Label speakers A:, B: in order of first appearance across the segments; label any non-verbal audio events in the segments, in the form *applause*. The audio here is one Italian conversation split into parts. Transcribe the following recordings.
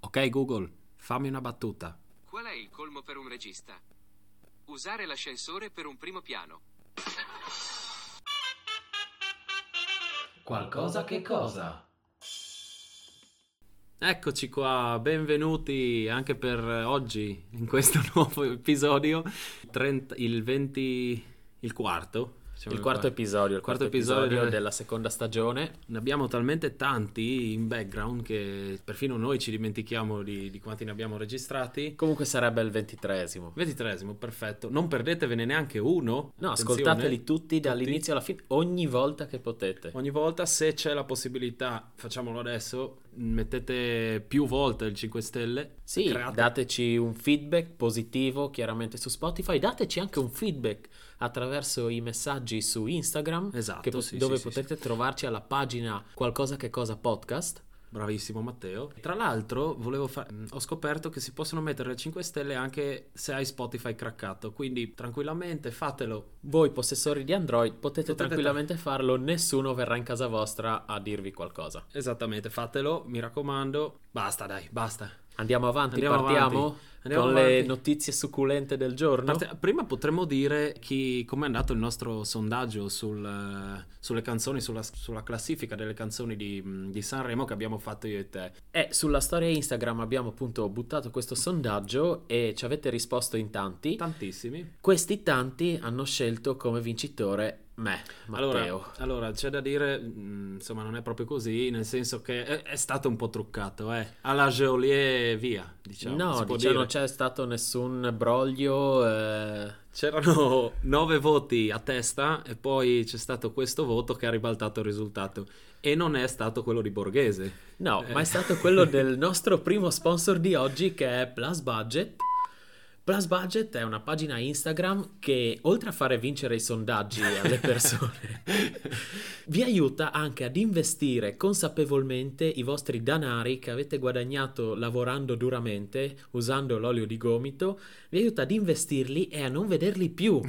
A: Ok Google, fammi una battuta.
B: Qual è il colmo per un regista? Usare l'ascensore per un primo piano.
C: Qualcosa che cosa?
A: Eccoci qua, benvenuti anche per oggi in questo *laughs* nuovo episodio, Trent- il 20, il quarto. siamo
D: Il quarto
A: qua.
D: episodio, il quarto,
A: Quarto episodio
D: episodio,
A: del-
D: della seconda stagione.
A: Ne abbiamo talmente tanti in background che perfino noi ci dimentichiamo di, di quanti ne abbiamo registrati.
D: Comunque sarebbe il ventitresimo.
A: Ventitresimo, perfetto. Non perdetevene neanche uno. Attenzione.
D: No, ascoltateli tutti dall'inizio alla fine, ogni volta che potete.
A: Ogni volta se c'è la possibilità, facciamolo adesso, mettete più volte il 5 stelle.
D: Sì,
A: create-
D: dateci un feedback positivo chiaramente su Spotify, dateci anche un feedback attraverso i messaggi su Instagram,
A: Esatto,
D: che po-
A: sì,
D: dove
A: sì, sì,
D: potete trovarci alla pagina Qualcosa che cosa podcast.
A: Bravissimo Matteo. Tra l'altro, volevo fa- mh, ho scoperto che si possono mettere le 5 stelle anche se hai Spotify craccato, quindi tranquillamente fatelo.
D: Voi possessori di Android potete
A: Potete
D: tranquillamente farlo, nessuno verrà in casa vostra a dirvi qualcosa.
A: Esattamente, fatelo, mi raccomando. Basta, dai, basta.
D: Andiamo avanti,
A: Andiamo
D: partiamo
A: avanti. Andiamo
D: con le
A: avanti.
D: notizie succulente del giorno.
A: Parte- prima potremmo dire chi, com'è andato il nostro sondaggio sul, eh, sulle canzoni, sulla, sulla classifica delle canzoni di, mh, di Sanremo che abbiamo fatto io e te.
D: Eh, sulla storia Instagram abbiamo appunto buttato questo sondaggio e ci avete risposto in tanti.
A: Tantissimi.
D: Questi tanti hanno scelto come vincitore me,
A: Allora,
D: Matteo.
A: allora, c'è da dire, mh, insomma, non è proprio così, nel senso che è, è stato un po' truccato, eh. Alla Geolier via, diciamo. si
D: no,
A: può
D: diciamo non
A: dire.
D: c'è stato nessun broglio. eh,
A: c'erano nove voti a testa e poi c'è stato questo voto che ha ribaltato il risultato. E non è stato quello di Borghese. *laughs*
D: No,
A: Eh.
D: ma è stato quello del nostro primo sponsor di oggi che è Plus Budget. Plus Budget è una pagina Instagram che oltre a fare vincere i sondaggi alle
A: *laughs*
D: persone, vi aiuta anche ad investire consapevolmente i vostri danari che avete guadagnato lavorando duramente, usando l'olio di gomito, vi aiuta ad investirli e a non vederli più.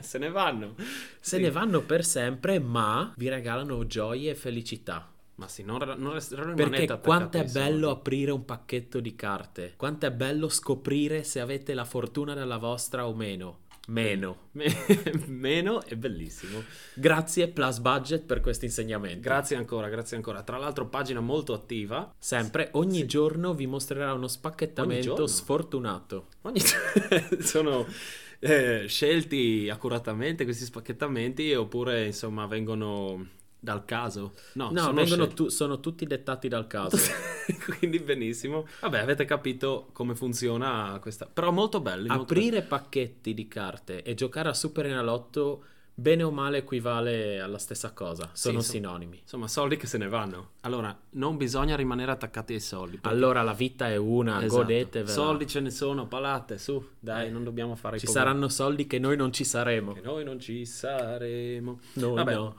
A: Se ne vanno.
D: Se
A: Sì.
D: ne vanno per sempre, ma vi regalano gioie e felicità.
A: Ma sì, non, non rest- non rimanete
D: Perché
A: attaccati
D: quanto è
A: ai soldi.
D: bello aprire un pacchetto di carte, quanto è bello scoprire se avete la fortuna della vostra o meno. Meno.
A: Me- *laughs* Meno è bellissimo.
D: Grazie Plus Budget per questo insegnamento.
A: Grazie ancora, grazie ancora. Tra l'altro, pagina molto attiva.
D: Sempre, ogni giorno vi mostrerà uno
A: Ogni giorno?
D: spacchettamento sfortunato.
A: Ogni *laughs* sono eh, scelti accuratamente questi spacchettamenti oppure insomma vengono dal caso. No,
D: No,
A: sono
D: vengono
A: scelti.
D: tu- sono tutti dettati dal
A: *laughs*
D: caso.
A: Quindi benissimo. Vabbè, avete capito come funziona questa. Però molto bello. molto
D: Aprire pacchetti di carte e giocare a Super Enalotto, bene o male, equivale alla stessa cosa. Sono
A: so-
D: sinonimi.
A: Insomma, soldi che se ne vanno. Allora, non bisogna rimanere attaccati ai soldi. perché-
D: Allora la vita è una,
A: Esatto.
D: godetevela.
A: Soldi ce ne sono, palate, su, dai,
D: Eh,
A: non dobbiamo fare i
D: Ci
A: poveri.
D: saranno soldi che noi non ci saremo.
A: Che noi non ci saremo.
D: No,
A: Vabbè,
D: no,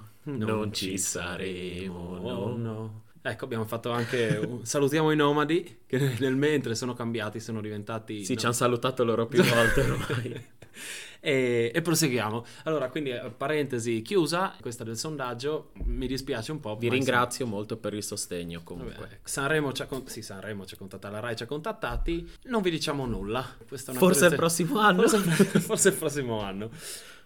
D: non ci saremo, no,
A: no. Ecco, abbiamo fatto anche. un- Salutiamo i nomadi che nel- nel mentre sono cambiati, sono diventati.
D: Sì,
A: no.
D: ci hanno salutato loro *laughs* più volte ormai.
A: *laughs* e, e proseguiamo. Allora, quindi, eh, parentesi chiusa, questa del sondaggio. Mi dispiace un po'.
D: Vi
A: ma
D: ringrazio molto per il sostegno
A: insomma,
D: comunque.
A: vabbè, ecco, Sanremo ci ha con- sì, Sanremo ci ha contattati, la Rai ci ha contattati, non vi diciamo nulla. Questa è una
D: Forse il
A: prese-
D: prossimo anno. *laughs*
A: Forse, forse il prossimo anno.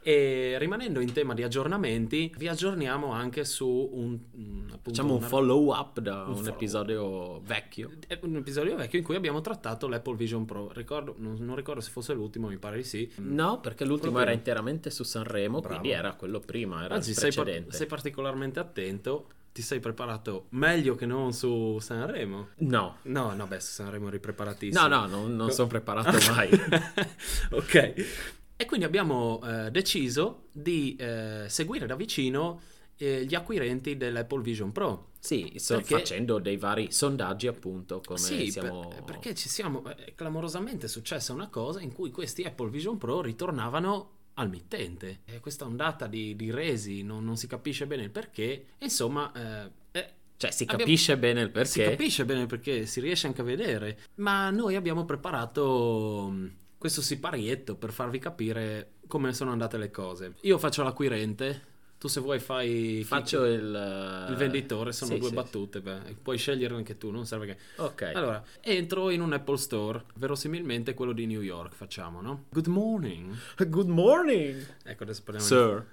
A: E rimanendo in tema di aggiornamenti, vi aggiorniamo anche su un, mm, appunto,
D: Facciamo un
A: una-
D: follow up da
A: Un
D: un,
A: follow-up.
D: episodio vecchio.
A: è un episodio vecchio in cui abbiamo trattato l'Apple Vision Pro. Ricordo- non, non ricordo se fosse l'ultimo, mi pare di sì.
D: No, perché l'ultimo
A: Mm. Proprio.
D: era interamente su Sanremo,
A: Bravo.
D: quindi era quello prima, era
A: Anzi,
D: il
A: sei, par-
D: precedente.
A: sei particolarmente attento. Ti sei preparato meglio che non su Sanremo?
D: No.
A: No, no, beh, su Sanremo eri preparatissimo.
D: No, no, non, non sono preparato mai.
A: Ah. *laughs* ok. E quindi abbiamo eh, deciso di eh, seguire da vicino eh, gli acquirenti dell'Apple Vision Pro.
D: Sì, sto
A: Perché-
D: facendo dei vari sondaggi appunto come
A: sì,
D: siamo...
A: per- perché ci siamo eh, è clamorosamente successa una cosa in cui questi Apple Vision Pro ritornavano al mittente. E questa ondata di, di resi non, non si capisce bene il perché. Insomma, eh, eh,
D: Cioè si
A: abbiamo-
D: capisce bene il perché.
A: si capisce bene il perché, si riesce anche a vedere. Ma noi abbiamo preparato mm, mh, questo siparietto per farvi capire come sono andate le cose. Io faccio l'acquirente. Tu se vuoi fai...
D: Faccio
A: il,
D: il, eh,
A: venditore, sono
D: sì,
A: due
D: sì, Ecco.
A: battute, beh, puoi scegliere anche tu, non serve che...
D: sì. Ok.
A: Allora, entro in un Apple Store, verosimilmente quello di New York, facciamo, no? Good morning.
D: *laughs* Good morning,
A: Ecco, adesso parliamo in-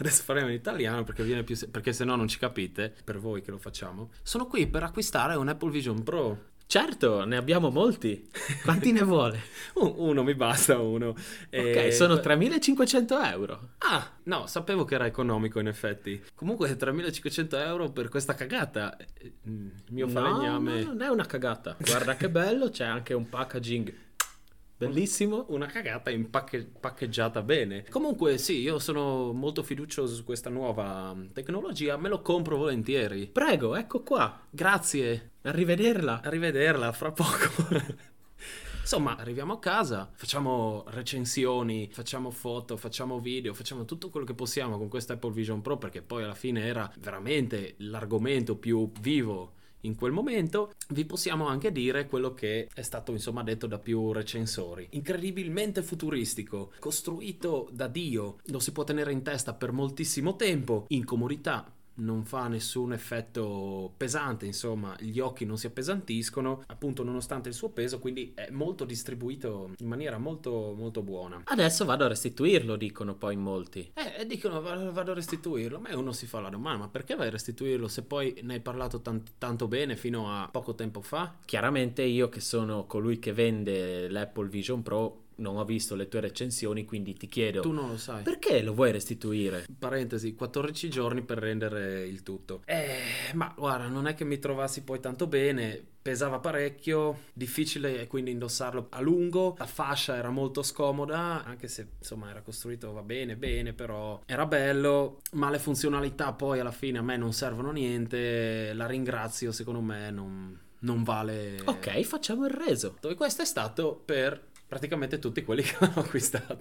A: *laughs* Adesso parliamo in italiano perché, viene più se- perché se no non ci capite, per voi che lo facciamo. Sono qui per acquistare un Apple Vision Pro.
D: *laughs* Certo, ne abbiamo molti. *laughs* Quanti ne *laughs* vuole?
A: *laughs* Un- uno, mi basta uno. Eh,
D: Ok, sono 3.500 euro.
A: Ah, no, sapevo che era economico in effetti. Comunque 3500 euro per questa cagata. Eh, mm, Il mio
D: No,
A: falegname...
D: no, non è una cagata. Guarda che bello, c'è anche un packaging bellissimo.
A: Una cagata impacche- paccheggiata bene. Comunque, sì, io sono molto fiducioso su questa nuova mm, tecnologia, me lo compro volentieri.
D: Prego, ecco qua.
A: Grazie.
D: Arrivederla.
A: Arrivederla fra poco. *laughs* Insomma, arriviamo a casa, facciamo recensioni, facciamo foto, facciamo video, facciamo tutto quello che possiamo con questa Apple Vision Pro perché poi alla fine era veramente l'argomento più vivo in quel momento. Vi possiamo anche dire quello che è stato insomma detto da più recensori. Incredibilmente futuristico, costruito da Dio, lo si può tenere in testa per moltissimo tempo, incomodità, non fa nessun effetto pesante, insomma, gli occhi non si appesantiscono, appunto nonostante il suo peso, quindi è molto distribuito in maniera molto molto buona.
D: Adesso vado a restituirlo, dicono poi in molti.
A: Eh, e dicono "Va- vado a restituirlo, ma uno si fa la domanda, ma perché vai a restituirlo se poi ne hai parlato tan- tanto bene fino a poco tempo fa?
D: Chiaramente io che sono colui che vende l'Apple Vision Pro non ho visto le tue recensioni, quindi ti chiedo
A: Tu non lo sai.
D: perché lo vuoi restituire?
A: Parentesi, 14 giorni per rendere il tutto. Eh, ma guarda, non è che mi trovassi poi tanto bene, pesava parecchio, difficile eh, quindi indossarlo a lungo, la fascia era molto scomoda, anche se insomma era costruito va bene, bene, però era bello, ma le funzionalità poi alla fine a me non servono niente, la ringrazio, secondo me non, non vale...
D: Ok, facciamo il reso.
A: E questo è stato per praticamente tutti quelli *laughs* che hanno acquistato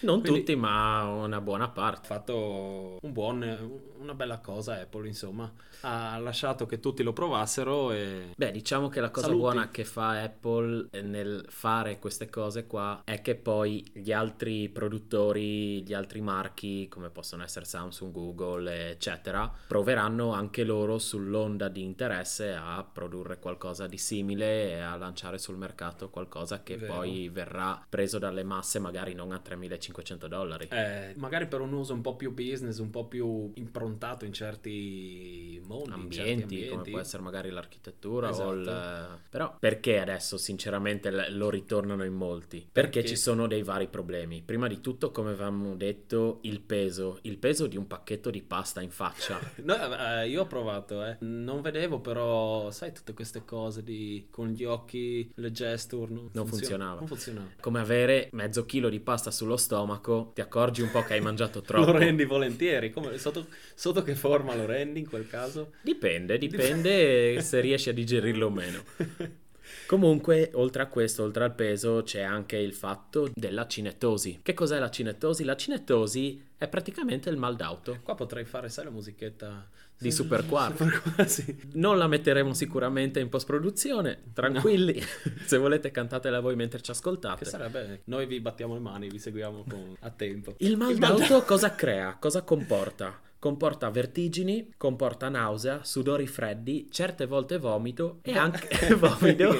D: Non
A: Quindi-
D: tutti, ma una buona parte.
A: ha fatto un buon, una bella cosa Apple, insomma. Ha lasciato che tutti lo provassero e...
D: Beh, diciamo che la cosa
A: Saluti.
D: buona che fa Apple eh, nel fare queste cose qua è che poi gli altri produttori, gli altri marchi, come possono essere Samsung, Google, eccetera, proveranno anche loro sull'onda di interesse a produrre qualcosa di simile e a lanciare sul mercato qualcosa che
A: Vero.
D: poi verrà preso dalle masse, magari non a 3.500 dollari.
A: eh, magari per un uso un po' più business, un po' più improntato in certi mondi, in certi
D: ambienti, come
A: ambienti.
D: può essere magari l'architettura
A: Esatto.
D: o il... Però perché adesso sinceramente l- lo ritornano in molti? Perché,
A: Perché?
D: ci sono dei vari problemi. Prima di tutto, come avevamo detto, il peso. Il peso di un pacchetto di pasta
A: *laughs*
D: in faccia.
A: No, eh, io ho provato, eh. non vedevo però, sai, tutte queste cose di con gli occhi, le gesture, non,
D: Non funzionava.
A: Non funzionava.
D: Come avere mezzo chilo di pasta sullo stomaco, ti accorgi un po' che hai mangiato
A: *laughs*
D: troppo.
A: Lo rendi volentieri, come- sotto, sotto che forma lo rendi in quel caso?
D: Dipende, dipende se riesci a digerirlo o meno.
A: *laughs*
D: Comunque, oltre a questo, oltre al peso, c'è anche il fatto della cinetosi. Che cos'è la cinetosi? La cinetosi è praticamente il mal d'auto.
A: Qua potrei fare, sai, la musichetta
D: Di Super Quark.
A: Super- *laughs* sì.
D: Non la metteremo sicuramente in post-produzione, tranquilli. Se volete cantatela voi mentre ci
A: Che
D: ascoltate.
A: sarebbe? Noi vi battiamo le mani, vi seguiamo
D: *laughs*
A: con- a tempo.
D: Il mal
A: mal
D: d'auto cosa
A: *laughs*
D: crea? Cosa comporta? Comporta vertigini, comporta nausea, sudori freddi, certe volte vomito e
A: *laughs*
D: anche *laughs* vomito.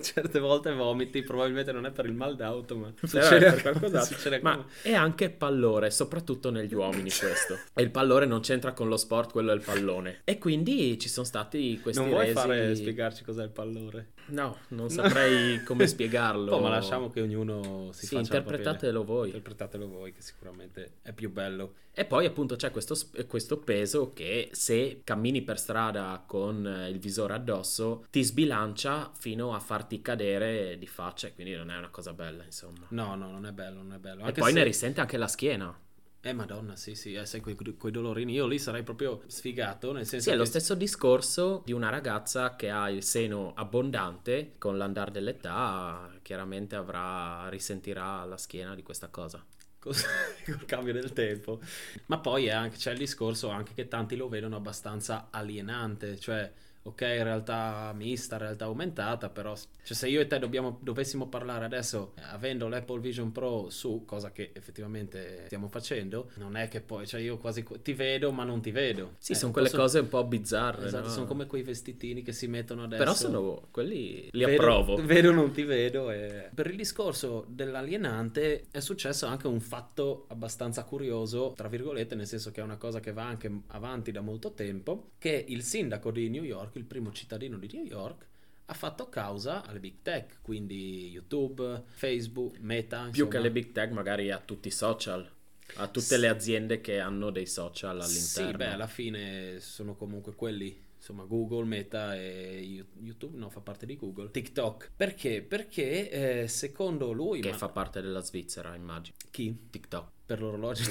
A: Certe volte vomiti, probabilmente non è per il mal d'auto, ma
D: *laughs* Però
A: succede
D: è
A: per qualcos'altro.
D: *laughs* succede ma è anche pallore, soprattutto negli
A: *laughs*
D: uomini questo. E il pallore non c'entra con lo sport, quello è il pallone. E quindi ci sono stati questi
A: non vuoi
D: resi-
A: fare spiegarci cos'è il pallore?
D: No,
A: *laughs*
D: non saprei come spiegarlo.
A: Oh, ma lasciamo che ognuno si
D: Sì,
A: faccia la propria
D: interpretatelo voi.
A: idea. Interpretatelo voi, che sicuramente è più bello.
D: E poi appunto c'è questo, sp- questo peso che se cammini per strada con eh, il visore addosso ti sbilancia fino a farti cadere di faccia e quindi non è una cosa bella insomma.
A: No, no, non è bello, non è bello.
D: E
A: Anche
D: poi
A: se-
D: ne risente anche la schiena.
A: Eh, madonna, sì, sì, eh, sai, quei, quei dolorini. Io lì sarei proprio sfigato, nel senso
D: Sì, è lo
A: che-
D: stesso discorso di una ragazza che ha il seno abbondante, con l'andar dell'età chiaramente avrà, risentirà la schiena di questa cosa.
A: Cos- *laughs* col cambio del tempo. Ma poi è anche- c'è il discorso anche che tanti lo vedono abbastanza alienante, cioè ok, realtà mista, realtà aumentata, però cioè, se io e te dobbiamo- dovessimo parlare adesso eh, avendo l'Apple Vision Pro su, cosa che effettivamente stiamo facendo, non è che poi, cioè io quasi ti vedo ma non ti vedo.
D: Sì,
A: Eh,
D: sono quelle
A: posso-
D: cose un po' bizzarre.
A: Esatto,
D: no?
A: sono come quei vestitini che si mettono adesso.
D: Però sono quelli li
A: Vedo-
D: approvo.
A: *laughs* Vedo, non ti vedo. e- Per il discorso dell'alienante è successo anche un fatto abbastanza curioso, tra virgolette, nel senso che è una cosa che va anche avanti da molto tempo, che il sindaco di New York, il primo cittadino di New York, ha fatto causa alle big tech, quindi YouTube, Facebook, Meta.
D: Più
A: insomma.
D: che alle big tech, magari a tutti i social, a tutte
A: Sì.
D: le aziende che hanno dei social all'interno.
A: Sì, beh, alla fine sono comunque quelli. Insomma, Google, Meta e You- YouTube, no, fa parte di Google. TikTok. Perché? Perché eh, secondo lui...
D: Che
A: ma-
D: fa parte della Svizzera, immagino.
A: Chi?
D: TikTok.
A: per
D: *laughs*
A: l'orologio.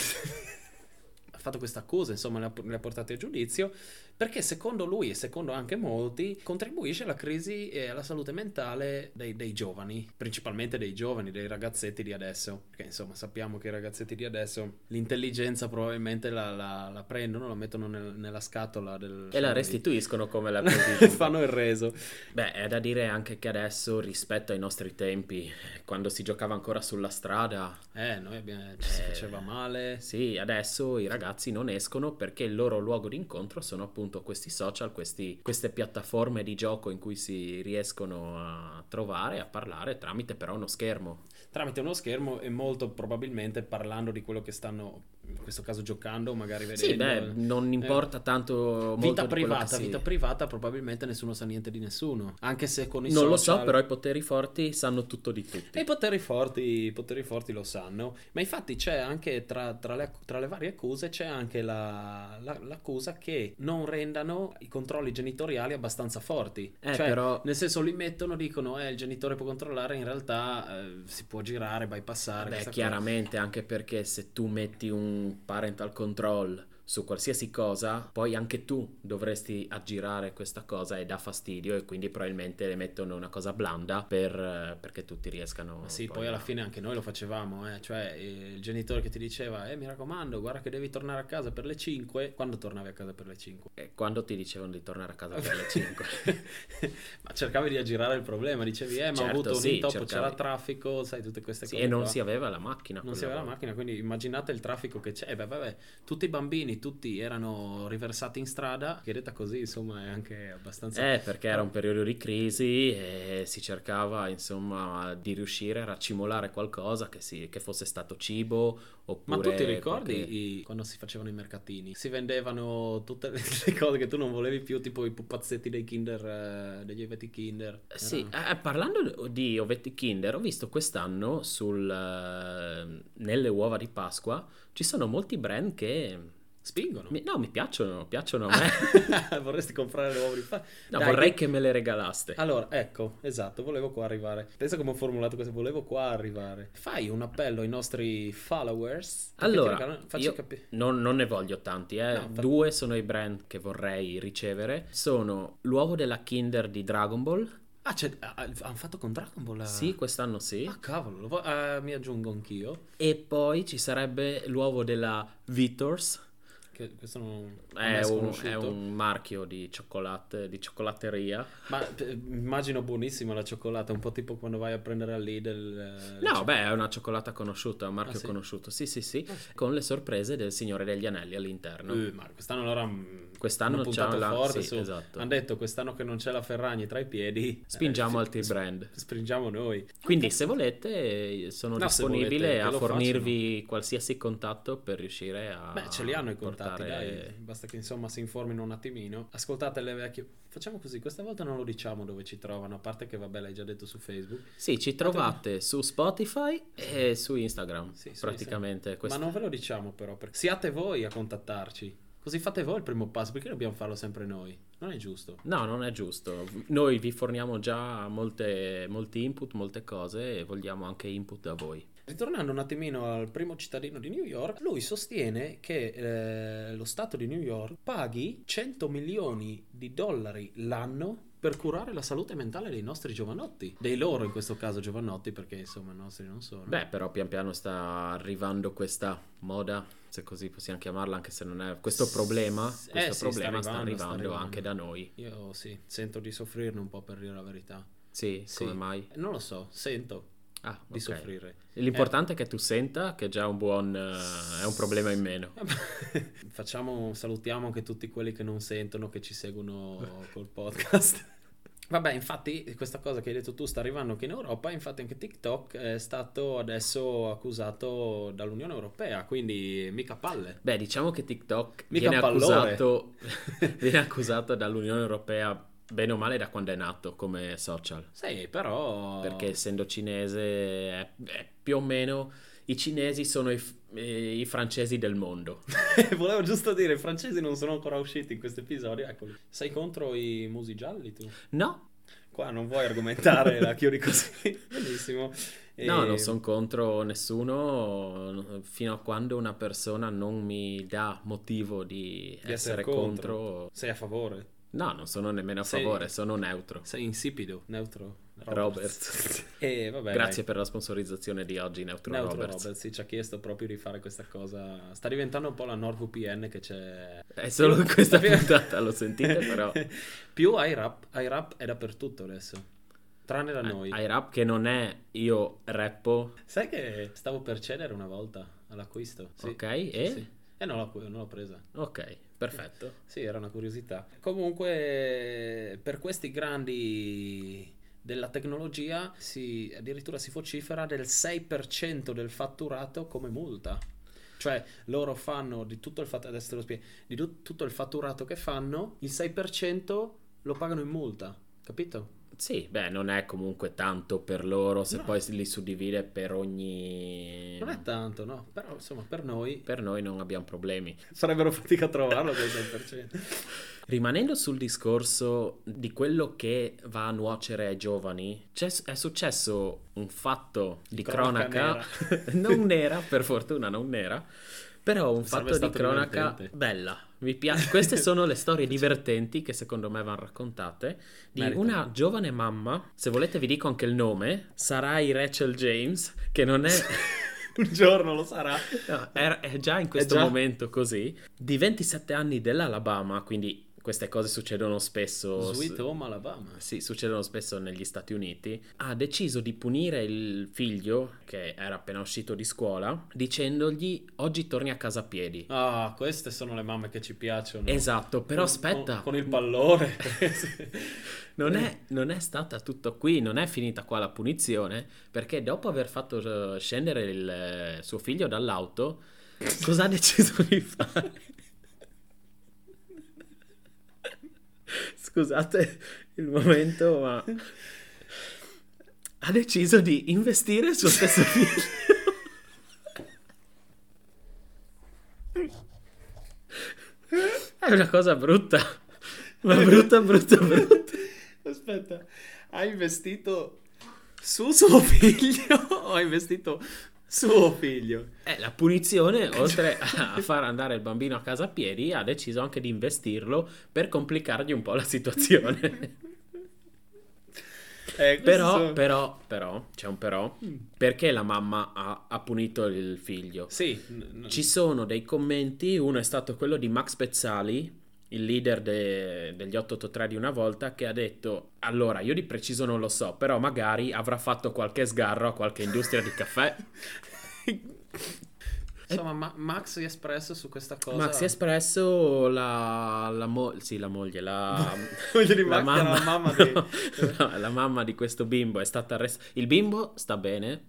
A: ha fatto questa accusa, insomma, le ha, le ha portate a giudizio, perché secondo lui e secondo anche molti contribuisce alla crisi e alla salute mentale dei, dei giovani, principalmente dei giovani, dei ragazzetti di adesso, perché insomma sappiamo che i ragazzetti di adesso l'intelligenza probabilmente la, la- la prendono, la mettono nel- nella scatola del...
D: E la restituiscono come la
A: *laughs* Fanno il reso.
D: Beh, è da dire anche che adesso, rispetto ai nostri tempi, quando si giocava ancora sulla strada,
A: Eh, noi abbiamo- ci si
D: Eh,
A: faceva male.
D: sì, adesso i ragazzi non escono perché il loro luogo di incontro sono appunto questi social, questi- queste piattaforme di gioco in cui si riescono a trovare, a parlare tramite però uno schermo.
A: tramite uno schermo e molto probabilmente parlando di quello che stanno in questo caso giocando, magari vedendo
D: Sì, beh, non importa tanto molto
A: eh, vita
D: di quello che
A: privata,
D: si-
A: vita privata, probabilmente nessuno sa niente di nessuno, anche se con i
D: Non lo so,
A: social-
D: però i poteri forti sanno tutto di tutti.
A: E i poteri forti, i poteri forti lo sanno, ma infatti c'è anche tra, tra le, tra le varie accuse c'è anche la- la- l'accusa che non rendano i controlli genitoriali abbastanza forti.
D: Eh,
A: Cioè,
D: però-
A: nel senso li mettono, dicono eh il genitore può controllare, in realtà eh, si può girare, bypassare.
D: Beh,
A: questa cosa.
D: chiaramente, anche perché se tu metti un parental control su qualsiasi cosa, poi anche tu dovresti aggirare questa cosa e dà fastidio e quindi probabilmente le mettono una cosa blanda per, eh, perché tutti riescano
A: Ma Sì, poi alla fine anche noi lo facevamo, eh. cioè eh, il genitore che ti diceva "Eh, mi raccomando, guarda che devi tornare a casa per le 5", quando tornavi a casa per le 5?
D: E Eh, quando ti dicevano di tornare a casa per
A: *laughs*
D: le 5?
A: ma cercavi di aggirare il problema, dicevi "Eh, ma ho
D: Certo,
A: avuto un
D: sì,
A: intoppo,
D: cercavi.
A: c'era traffico, sai tutte queste
D: Sì,
A: cose".
D: e non
A: qua.
D: si aveva la macchina.
A: Non si
D: quella
A: aveva la
D: volta.
A: macchina, quindi immaginate il traffico che c'è. Eh, Beh, vabbè, tutti i bambini, tutti erano riversati in strada. Che detta così, insomma, è anche abbastanza
D: Eh, perché
A: Ah.
D: era un periodo di crisi e si cercava, insomma, di riuscire a raccimolare qualcosa che, si- che fosse stato cibo
A: Ma
D: oppure...
A: tu ti ricordi
D: qualche-
A: i- quando si facevano i mercatini? Si vendevano tutte le, *laughs* le cose che tu non volevi più, tipo i pupazzetti dei Kinder, eh, degli eventi Kinder. Era-
D: Sì, eh, parlando di ovetti Kinder, ho visto quest'anno sul, eh, nelle uova di Pasqua ci sono molti brand che...
A: Spingono.
D: mi- *laughs* no, mi piacciono, piacciono a me.
A: *laughs* Vorresti comprare le uova di Pasqua?
D: *laughs* No,
A: Ah, Dai,
D: vorrei
A: di-
D: che me le regalaste.
A: Allora, ecco, esatto, volevo qua arrivare. Pensa come ho formulato questo, volevo qua arrivare. Fai un appello ai nostri followers. perché ti
D: Allora,
A: regalano- facci
D: io
A: capire.
D: non, non ne voglio tanti, eh.
A: No, fa-
D: Due sono i brand che vorrei ricevere. Sono l'uovo della Kinder di Dragon Ball.
A: Ah, c'è- ah, ah, hanno fatto con Dragon Ball? eh?
D: Sì, quest'anno sì.
A: Ah, cavolo, lo vo- eh, mi aggiungo anch'io.
D: E poi ci sarebbe l'uovo della Vitors.
A: Che questo non non
D: È un,
A: sconosciuto.
D: è un marchio di cioccolate, di cioccolateria.
A: Ma eh, immagino buonissima la cioccolata, un po' tipo quando vai a prendere al Lidl. eh,
D: No, beh, è una cioccolata conosciuta, un marchio
A: Ah, sì? Ah,
D: conosciuto. Sì, sì, sì, con le sorprese del Signore degli Anelli all'interno.
A: Eh, ma quest'anno allora mh,
D: Quest'anno
A: hanno
D: c'ha
A: puntato
D: la-
A: forte
D: sì,
A: su-
D: esatto.
A: hanno detto quest'anno che non c'è la Ferragni tra i piedi
D: Spingiamo
A: eh,
D: altri
A: sp-
D: brand.
A: *laughs* spingiamo noi
D: Quindi, se volete, eh, sono
A: No, se
D: disponibile
A: volete, che
D: a
A: lo
D: fornirvi qualsiasi contatto per riuscire a.
A: beh ce li hanno i contatti
D: portare-
A: dai basta che insomma si informino un attimino ascoltate le vecchie facciamo così questa volta non lo diciamo dove ci trovano a parte che vabbè l'hai già detto su Facebook
D: Sì, ci trovate su Spotify e su Instagram.
A: Sì, su
D: praticamente. Eh, questo-
A: ma non ve lo diciamo però perché siate voi a contattarci così fate voi il primo passo perché dobbiamo farlo sempre noi non è giusto
D: No, non è giusto. Noi vi forniamo già molte- molti input, molte cose e vogliamo anche input da voi.
A: Ritornando un attimino al primo cittadino di New York, lui sostiene che eh, lo Stato di New York paghi 100 milioni di dollari l'anno per curare la salute mentale dei nostri giovanotti, dei loro in questo caso giovanotti perché insomma i nostri non sono.
D: Beh, però pian piano sta arrivando questa moda, se così possiamo chiamarla, anche se non è questo problema,
A: S-
D: questo
A: eh sì, sta
D: problema sta
A: arrivando,
D: arrivando,
A: sta arrivando.
D: anche da noi.
A: Io sì, sento di soffrirne un po' per dire la verità.
D: Sì,
A: Sì.
D: come mai?
A: Non lo so, sento
D: Ah,
A: di
D: ok.
A: soffrire. Eh.
D: L'importante è che tu senta che già è un buon eh, è un problema in meno.
A: *laughs* Facciamo, salutiamo anche tutti quelli che non sentono, che ci seguono col podcast.
D: *laughs*
A: Vabbè, infatti, questa cosa che hai detto tu sta arrivando anche in Europa. Infatti, anche TikTok è stato adesso accusato dall'Unione Europea, quindi mica palle.
D: Beh, diciamo che TikTok
A: Mica
D: viene
A: pallone. *laughs*
D: accusato, *laughs* viene accusato dall'Unione Europea bene o male da quando è nato come social.
A: Sì, però.
D: perché
A: *laughs*
D: essendo cinese è- è più o meno i cinesi sono i, f- eh, i francesi del
A: *laughs*
D: mondo.
A: Volevo giusto dire, i francesi non sono ancora usciti in questo episodio. Eccoli. Sei contro i musi gialli tu?
D: No,
A: Qua non vuoi argomentare,
D: *laughs*
A: la chiudi così. Benissimo. Ehm, E-
D: no, non sono contro nessuno fino a quando una persona non mi dà motivo di,
A: Di essere
D: essere
A: contro.
D: contro.
A: Sei a favore?
D: No, non sono nemmeno a
A: Sei-
D: favore, sono neutro.
A: Sei insipido, neutro.
D: Roberts.
A: *laughs* E vabbè,
D: Grazie
A: dai.
D: per la sponsorizzazione di oggi, Neutro,
A: Neutro
D: Roberts.
A: Roberts. sì, ci ha chiesto proprio di fare questa cosa. Sta diventando un po' la NordVPN che c'è.
D: È solo
A: *laughs*
D: in questa
A: Più-
D: puntata, lo sentite
A: *laughs*
D: però.
A: Più IRAP, IRAP è dappertutto adesso. Tranne da
D: Ah,
A: noi.
D: Ai rap che non è io rappo,
A: Sai che stavo per cedere una volta all'acquisto. Sì.
D: ok?
A: Sì,
D: E?
A: sì. E non l'ho, non l'ho presa.
D: Ok, perfetto.
A: Sì, era una curiosità. Comunque, per questi grandi della tecnologia, si, addirittura si vocifera del 6% del fatturato come multa. Cioè, loro fanno di tutto il, fat- adesso te lo spiego, di tut- tutto il fatturato che fanno, il 6% lo pagano in multa, capito?
D: Sì, beh, non è comunque tanto per loro, se
A: No.
D: poi li suddivide per ogni...
A: Non è tanto, no? Però, insomma, per noi
D: Per noi non abbiamo problemi.
A: sarebbero fatica a trovarlo quel 6%.
D: Rimanendo sul discorso di quello che va a nuocere ai giovani, c'è- è successo un fatto di
A: Cronaca
D: cronaca, *laughs* non nera, per fortuna non nera, però un
A: Sarebbe
D: fatto
A: stato
D: di cronaca
A: divertente.
D: bella. Mi
A: *laughs*
D: piace. Queste sono le storie divertenti che secondo me vanno raccontate di
A: Meritano.
D: una giovane mamma, se volete vi dico anche il nome, Sarai Rachel James, che non è...
A: *laughs* Un giorno lo sarà.
D: Eh. No, è, è già in questo
A: È già-
D: momento così, di 27 anni dell'Alabama, quindi queste cose succedono spesso.
A: Sweet Home Alabama.
D: Sì, succedono spesso negli Stati Uniti. Ha deciso di punire il figlio, che era appena uscito di scuola, dicendogli oggi torni a casa a piedi.
A: Ah, queste sono le mamme che ci piacciono.
D: Esatto, però
A: Con-
D: aspetta.
A: Con, con il pallone.
D: *laughs* Non
A: Eh. *laughs*
D: è, non è stata tutto qui, non è finita qua la punizione, perché dopo aver fatto eh, scendere il eh, suo figlio dall'auto, cosa ha deciso di fare? Scusate il momento, ma ha deciso di investire il suo stesso figlio. È una cosa brutta, ma brutta, brutta, brutta.
A: Aspetta, ha investito su suo figlio *laughs* o ha investito suo figlio?
D: Eh, la punizione, oltre a far andare il bambino a casa a piedi, ha deciso anche di investirlo per complicargli un po'
A: *laughs*
D: la situazione.
A: Eh, questi
D: però,
A: sono- Mm.
D: però, però, c'è un però, perché la mamma ha, ha punito il figlio?
A: Sì. n- n-
D: Ci sono dei commenti, uno è stato quello di Max Pezzali, il leader de- degli 883 di una volta, che ha detto, allora, io di preciso non lo so, però magari avrà fatto qualche sgarro a qualche industria di caffè.
A: *laughs* Insomma, Ma- Max si è espresso su questa cosa.
D: Max si è espresso la, la mo- sì, la
A: *laughs*
D: moglie, la,
A: Voglio di
D: la
A: Max era la mamma di...
D: no, *laughs* no, la mamma di questo bimbo è stata arrestata. Il bimbo sta bene,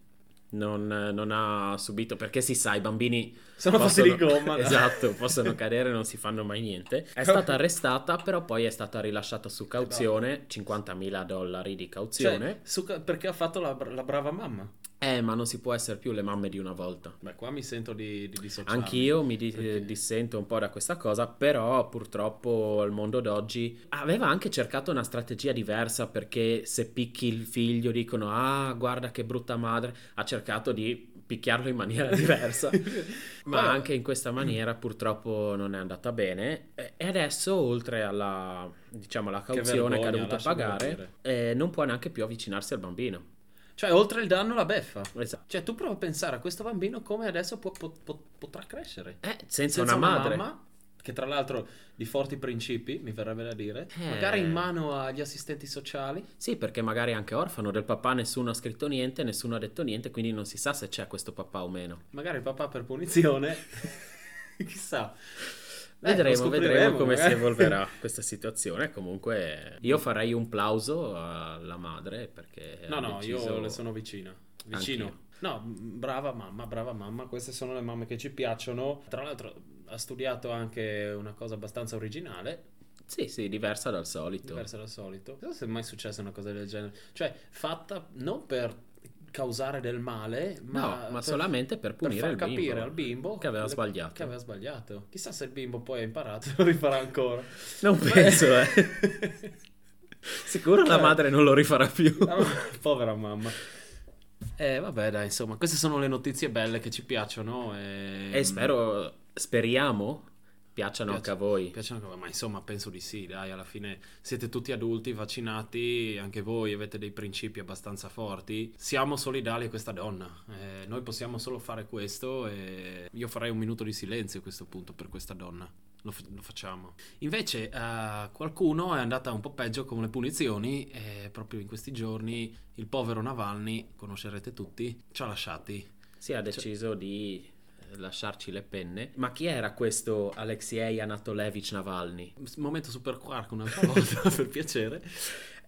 D: non, non ha subito, perché si sa, i bambini
A: Sono fatti di
D: possono-
A: gomma. dai. *laughs*
D: *laughs*
A: Cioè,
D: esatto, possono cadere, non si fanno mai niente. È stata arrestata, però poi è stata rilasciata su cauzione, 50.000 dollari di
A: Cioè,
D: cauzione.
A: su- perché ha fatto la, bra- la brava mamma?
D: Eh, ma non si può essere più le mamme di una volta.
A: Beh, qua mi sento di, di dissociarmi.
D: Anch'io mi di-
A: Cioè,
D: eh,
A: Perché? *laughs*
D: dissento un po' da questa cosa, però purtroppo il mondo d'oggi aveva anche cercato una strategia diversa perché se picchi il figlio dicono ah guarda che brutta madre, ha cercato di picchiarlo in maniera *laughs* diversa. Ma
A: Poi-
D: anche in questa maniera purtroppo non è andata bene. E e adesso, oltre alla, diciamo, alla cauzione che,
A: vergogna,
D: ha dovuto
A: lasciamelo
D: pagare, eh, non può neanche più avvicinarsi al bambino.
A: Cioè, oltre il danno, la beffa.
D: Esatto.
A: Cioè, tu prova a pensare a questo bambino come adesso può- po- po- potrà crescere.
D: Eh, senza, una, madre.
A: mamma, che tra l'altro di forti principi, mi verrebbe da dire,
D: Eh.
A: magari in mano agli assistenti sociali.
D: Sì, perché magari è anche orfano del papà, nessuno ha scritto niente, nessuno ha detto niente, quindi non si sa se c'è questo papà o meno.
A: Magari il papà per punizione. *laughs* Chissà. Eh, lo
D: Vedremo,
A: scopriremo,
D: vedremo come si
A: magari.
D: evolverà questa situazione. Comunque, io farei un plauso alla madre perché.
A: *laughs* No,
D: ha
A: no,
D: deciso-
A: io le sono vicino. Vicino.
D: Anch'io.
A: No, m- brava mamma, brava mamma. Queste sono le mamme che ci piacciono. Tra l'altro ha studiato anche una cosa abbastanza originale,
D: Sì, sì, diversa dal solito.
A: diversa dal solito. Esatto. Non so se è mai successa una cosa del genere. Cioè, fatta non per causare del male, ma,
D: no, ma
A: per-
D: solamente per
A: per
D: punire
A: far
D: il bimbo.
A: capire al bimbo
D: che aveva
A: le-
D: sbagliato.
A: Che aveva sbagliato. Chissà se il bimbo poi ha imparato e lo rifarà ancora.
D: Non penso,
A: *laughs*
D: eh. Sicuro Eh. la
A: Cioè-
D: madre non lo rifarà più.
A: La ma- Povera mamma. Eh, vabbè, dai, insomma, queste sono le notizie belle che ci piacciono. E,
D: E spero, speriamo piacciano anche a voi.
A: Piacciono anche a voi, ma insomma, penso di sì, dai, alla fine siete tutti adulti, vaccinati, anche voi avete dei principi abbastanza forti. Siamo solidali a questa donna. eh, noi possiamo solo fare questo e io farei un minuto di silenzio a questo punto per questa donna. Lo, fa- lo facciamo. Invece, eh, qualcuno è andata un po' peggio con le punizioni. E proprio in questi giorni il povero Navalny, conoscerete tutti, ci ha lasciati.
D: Sì, ha deciso di eh, lasciarci le penne. Ma chi era questo Alexei Anatolevich *laughs* Navalny?
A: Momento super quark
D: *laughs*
A: un'altra volta, per piacere.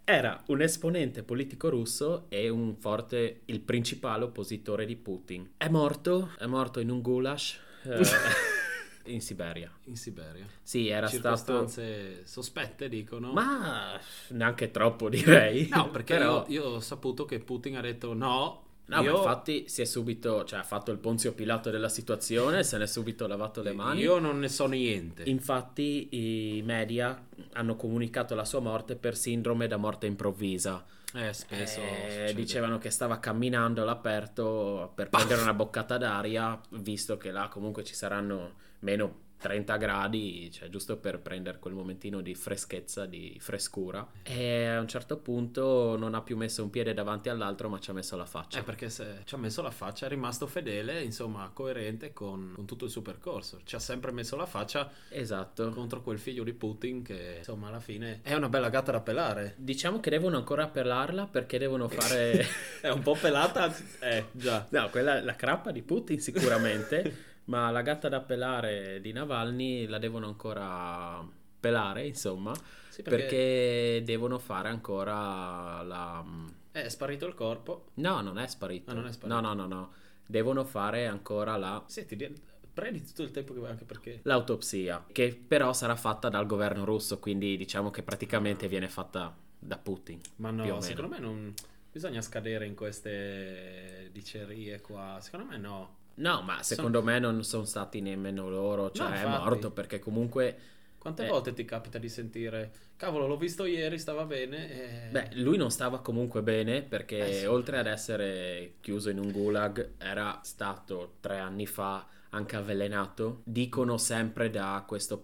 D: Era un esponente politico russo e un forte, il principale oppositore di Putin. È morto, è morto in un goulash *laughs* eh, in Siberia.
A: In Siberia.
D: Sì, era stato...
A: circostanze sospette, dicono.
D: Ma neanche troppo direi.
A: no, perché
D: Però...
A: io, io ho saputo che Putin ha detto no.
D: No, ma
A: io,
D: infatti si è subito, cioè ha fatto il Ponzio Pilato della situazione, se ne è subito lavato le mani.
A: io non ne so niente.
D: Infatti i media hanno comunicato la sua morte per sindrome da morte improvvisa.
A: Eh, spesso
D: Eh,
A: succede.
D: dicevano che stava camminando all'aperto per
A: Paf!
D: prendere una boccata d'aria, visto che là comunque ci saranno meno 30 gradi, cioè giusto per prendere quel momentino di freschezza, di frescura. E a un certo punto non ha più messo un piede davanti all'altro, ma ci ha messo la faccia.
A: Eh, perché se- ci ha messo la faccia, è rimasto fedele, insomma, coerente con, con tutto il suo percorso. Ci ha sempre messo la faccia
D: Esatto.
A: contro quel figlio di Putin che, insomma, alla fine è una bella gatta da pelare.
D: Diciamo che devono ancora pelarla perché devono *laughs* fare...
A: *laughs* è un po' pelata, eh, già.
D: No, quella la crappa di Putin
A: *laughs*
D: sicuramente, ma la gatta da pelare di Navalny la devono ancora pelare, insomma,
A: Sì, perché,
D: perché devono fare ancora la...
A: è sparito il corpo.
D: No, non è sparito.
A: Ah, non è sparito.
D: No, no, no, no. Devono fare ancora la...
A: Senti, di- prendi tutto il tempo che vuoi, anche perché...
D: l'autopsia, che però sarà fatta dal governo russo, quindi diciamo che praticamente viene fatta da Putin.
A: Ma
D: più
A: no,
D: o meno.
A: secondo me non bisogna scadere in queste dicerie qua. Secondo me no.
D: No, ma secondo me non sono stati nemmeno loro, cioè è
A: infatti.
D: morto perché comunque...
A: Quante
D: Eh.
A: volte ti capita di sentire cavolo, l'ho visto ieri, stava bene. e-"
D: Beh, lui non stava comunque bene perché
A: Eh sì.
D: oltre ad essere chiuso in un gulag, era stato tre anni fa anche avvelenato, dicono sempre da questo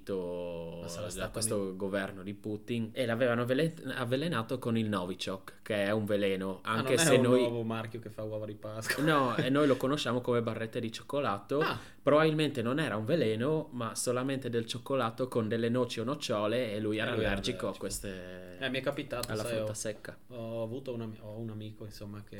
D: partito,
A: Ma sarà
D: da
A: stato
D: questo governo di Putin, e l'avevano avvelen- avvelenato con il Novichok, che è un veleno,
A: Ah,
D: anche
A: non
D: se
A: è un
D: noi...
A: nuovo marchio che fa uova di Pasqua.
D: *laughs*
A: *laughs*
D: No, e noi lo conosciamo come barrette di cioccolato.
A: Ah.
D: Probabilmente non era un veleno, ma solamente del cioccolato con delle noci o nocciole e lui era
A: E Eh, lui era
D: allergico a
A: allergico.
D: queste...
A: Eh, mi è capitato,
D: alla
A: sai,
D: frutta
A: ho-
D: secca.
A: Ho avuto un, ami- ho un amico, insomma, che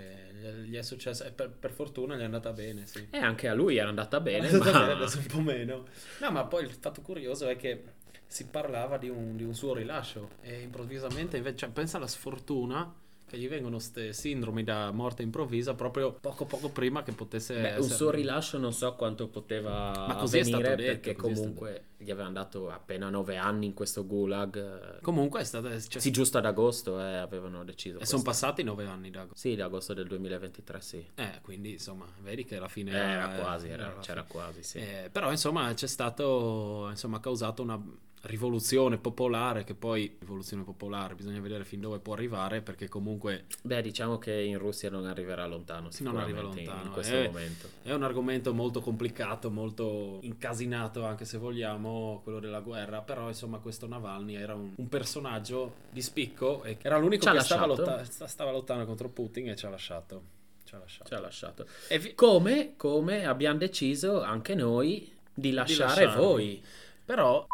A: gli gli è successo. E per, per fortuna gli è andata bene, sì.
D: E Eh, anche a lui era andata bene,
A: È andata
D: ma...
A: bene, adesso un po' meno. No, ma poi il fatto curioso è che si parlava di un, di un suo rilascio e improvvisamente invece, cioè, pensa alla sfortuna che gli vengono ste sindromi da morte improvvisa proprio poco poco prima che potesse
D: *laughs* Beh, un
A: essere-
D: suo rilascio non so quanto poteva
A: Ma così è stato
D: avvenire,
A: detto,
D: perché
A: così è stato
D: comunque gli avevano dato appena nove anni in questo gulag. eh,
A: Comunque è stata cioè,
D: Sì, giusto ad agosto eh, avevano deciso.
A: sono
D: questo.
A: passati nove anni da
D: Sì, da agosto del 2023, sì.
A: eh, quindi insomma, vedi che alla fine eh,
D: Era quasi, era-
A: era alla
D: c'era
A: fine.
D: quasi, sì.
A: Eh, però insomma c'è stato insomma ha causato una rivoluzione popolare, che poi rivoluzione popolare, bisogna vedere fin dove può arrivare, perché comunque
D: Beh, diciamo che in Russia non arriverà lontano,
A: non
D: sicuramente
A: arriva
D: in
A: lontano.
D: questo
A: Eh,
D: momento.
A: È un argomento molto complicato, molto incasinato anche se vogliamo, quello della guerra, però insomma questo Navalny era un, un personaggio di spicco e era l'unico
D: Ci ha
A: che stava,
D: lasciato.
A: lotta- sta- stava lottando contro Putin e ci ha lasciato. Ci ha lasciato.
D: Ci ha lasciato.
A: E vi-
D: Come, come abbiamo deciso anche noi di lasciare
A: lasciarvi.
D: voi.
A: Però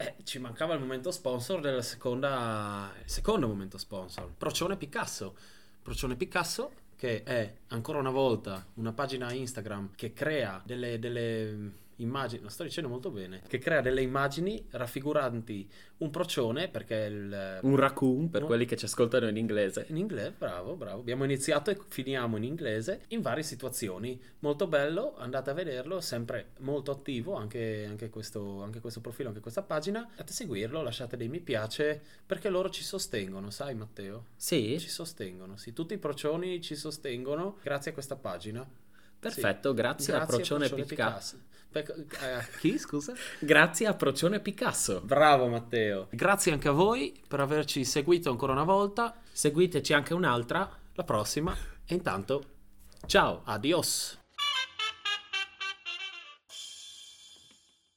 A: eh, ci mancava il momento sponsor della seconda, il secondo momento sponsor, Procione Picasso. Procione Picasso che è ancora una volta una pagina Instagram che crea delle, delle immagini, lo sto dicendo molto bene, che crea delle immagini raffiguranti un procione perché il...
D: Un raccoon per
A: No.
D: quelli che ci ascoltano in inglese.
A: In inglese, bravo, bravo. Abbiamo iniziato e finiamo in inglese in varie situazioni. Molto bello, andate a vederlo, sempre molto attivo anche, anche questo, anche questo profilo, anche questa pagina. Andate a seguirlo, lasciate dei mi piace perché loro ci sostengono, sai Matteo?
D: Sì,
A: Ci sostengono, sì, tutti i procioni ci sostengono grazie a questa pagina.
D: perfetto, grazie, a Procione, Picasso.
A: Picasso. Pe- eh, *laughs* chi, scusa?
D: Grazie a Procione Picasso.
A: Bravo Matteo. Grazie anche a voi per averci seguito ancora una volta.
D: Seguiteci anche un'altra.
A: La prossima e intanto
D: Ciao.
A: Adios.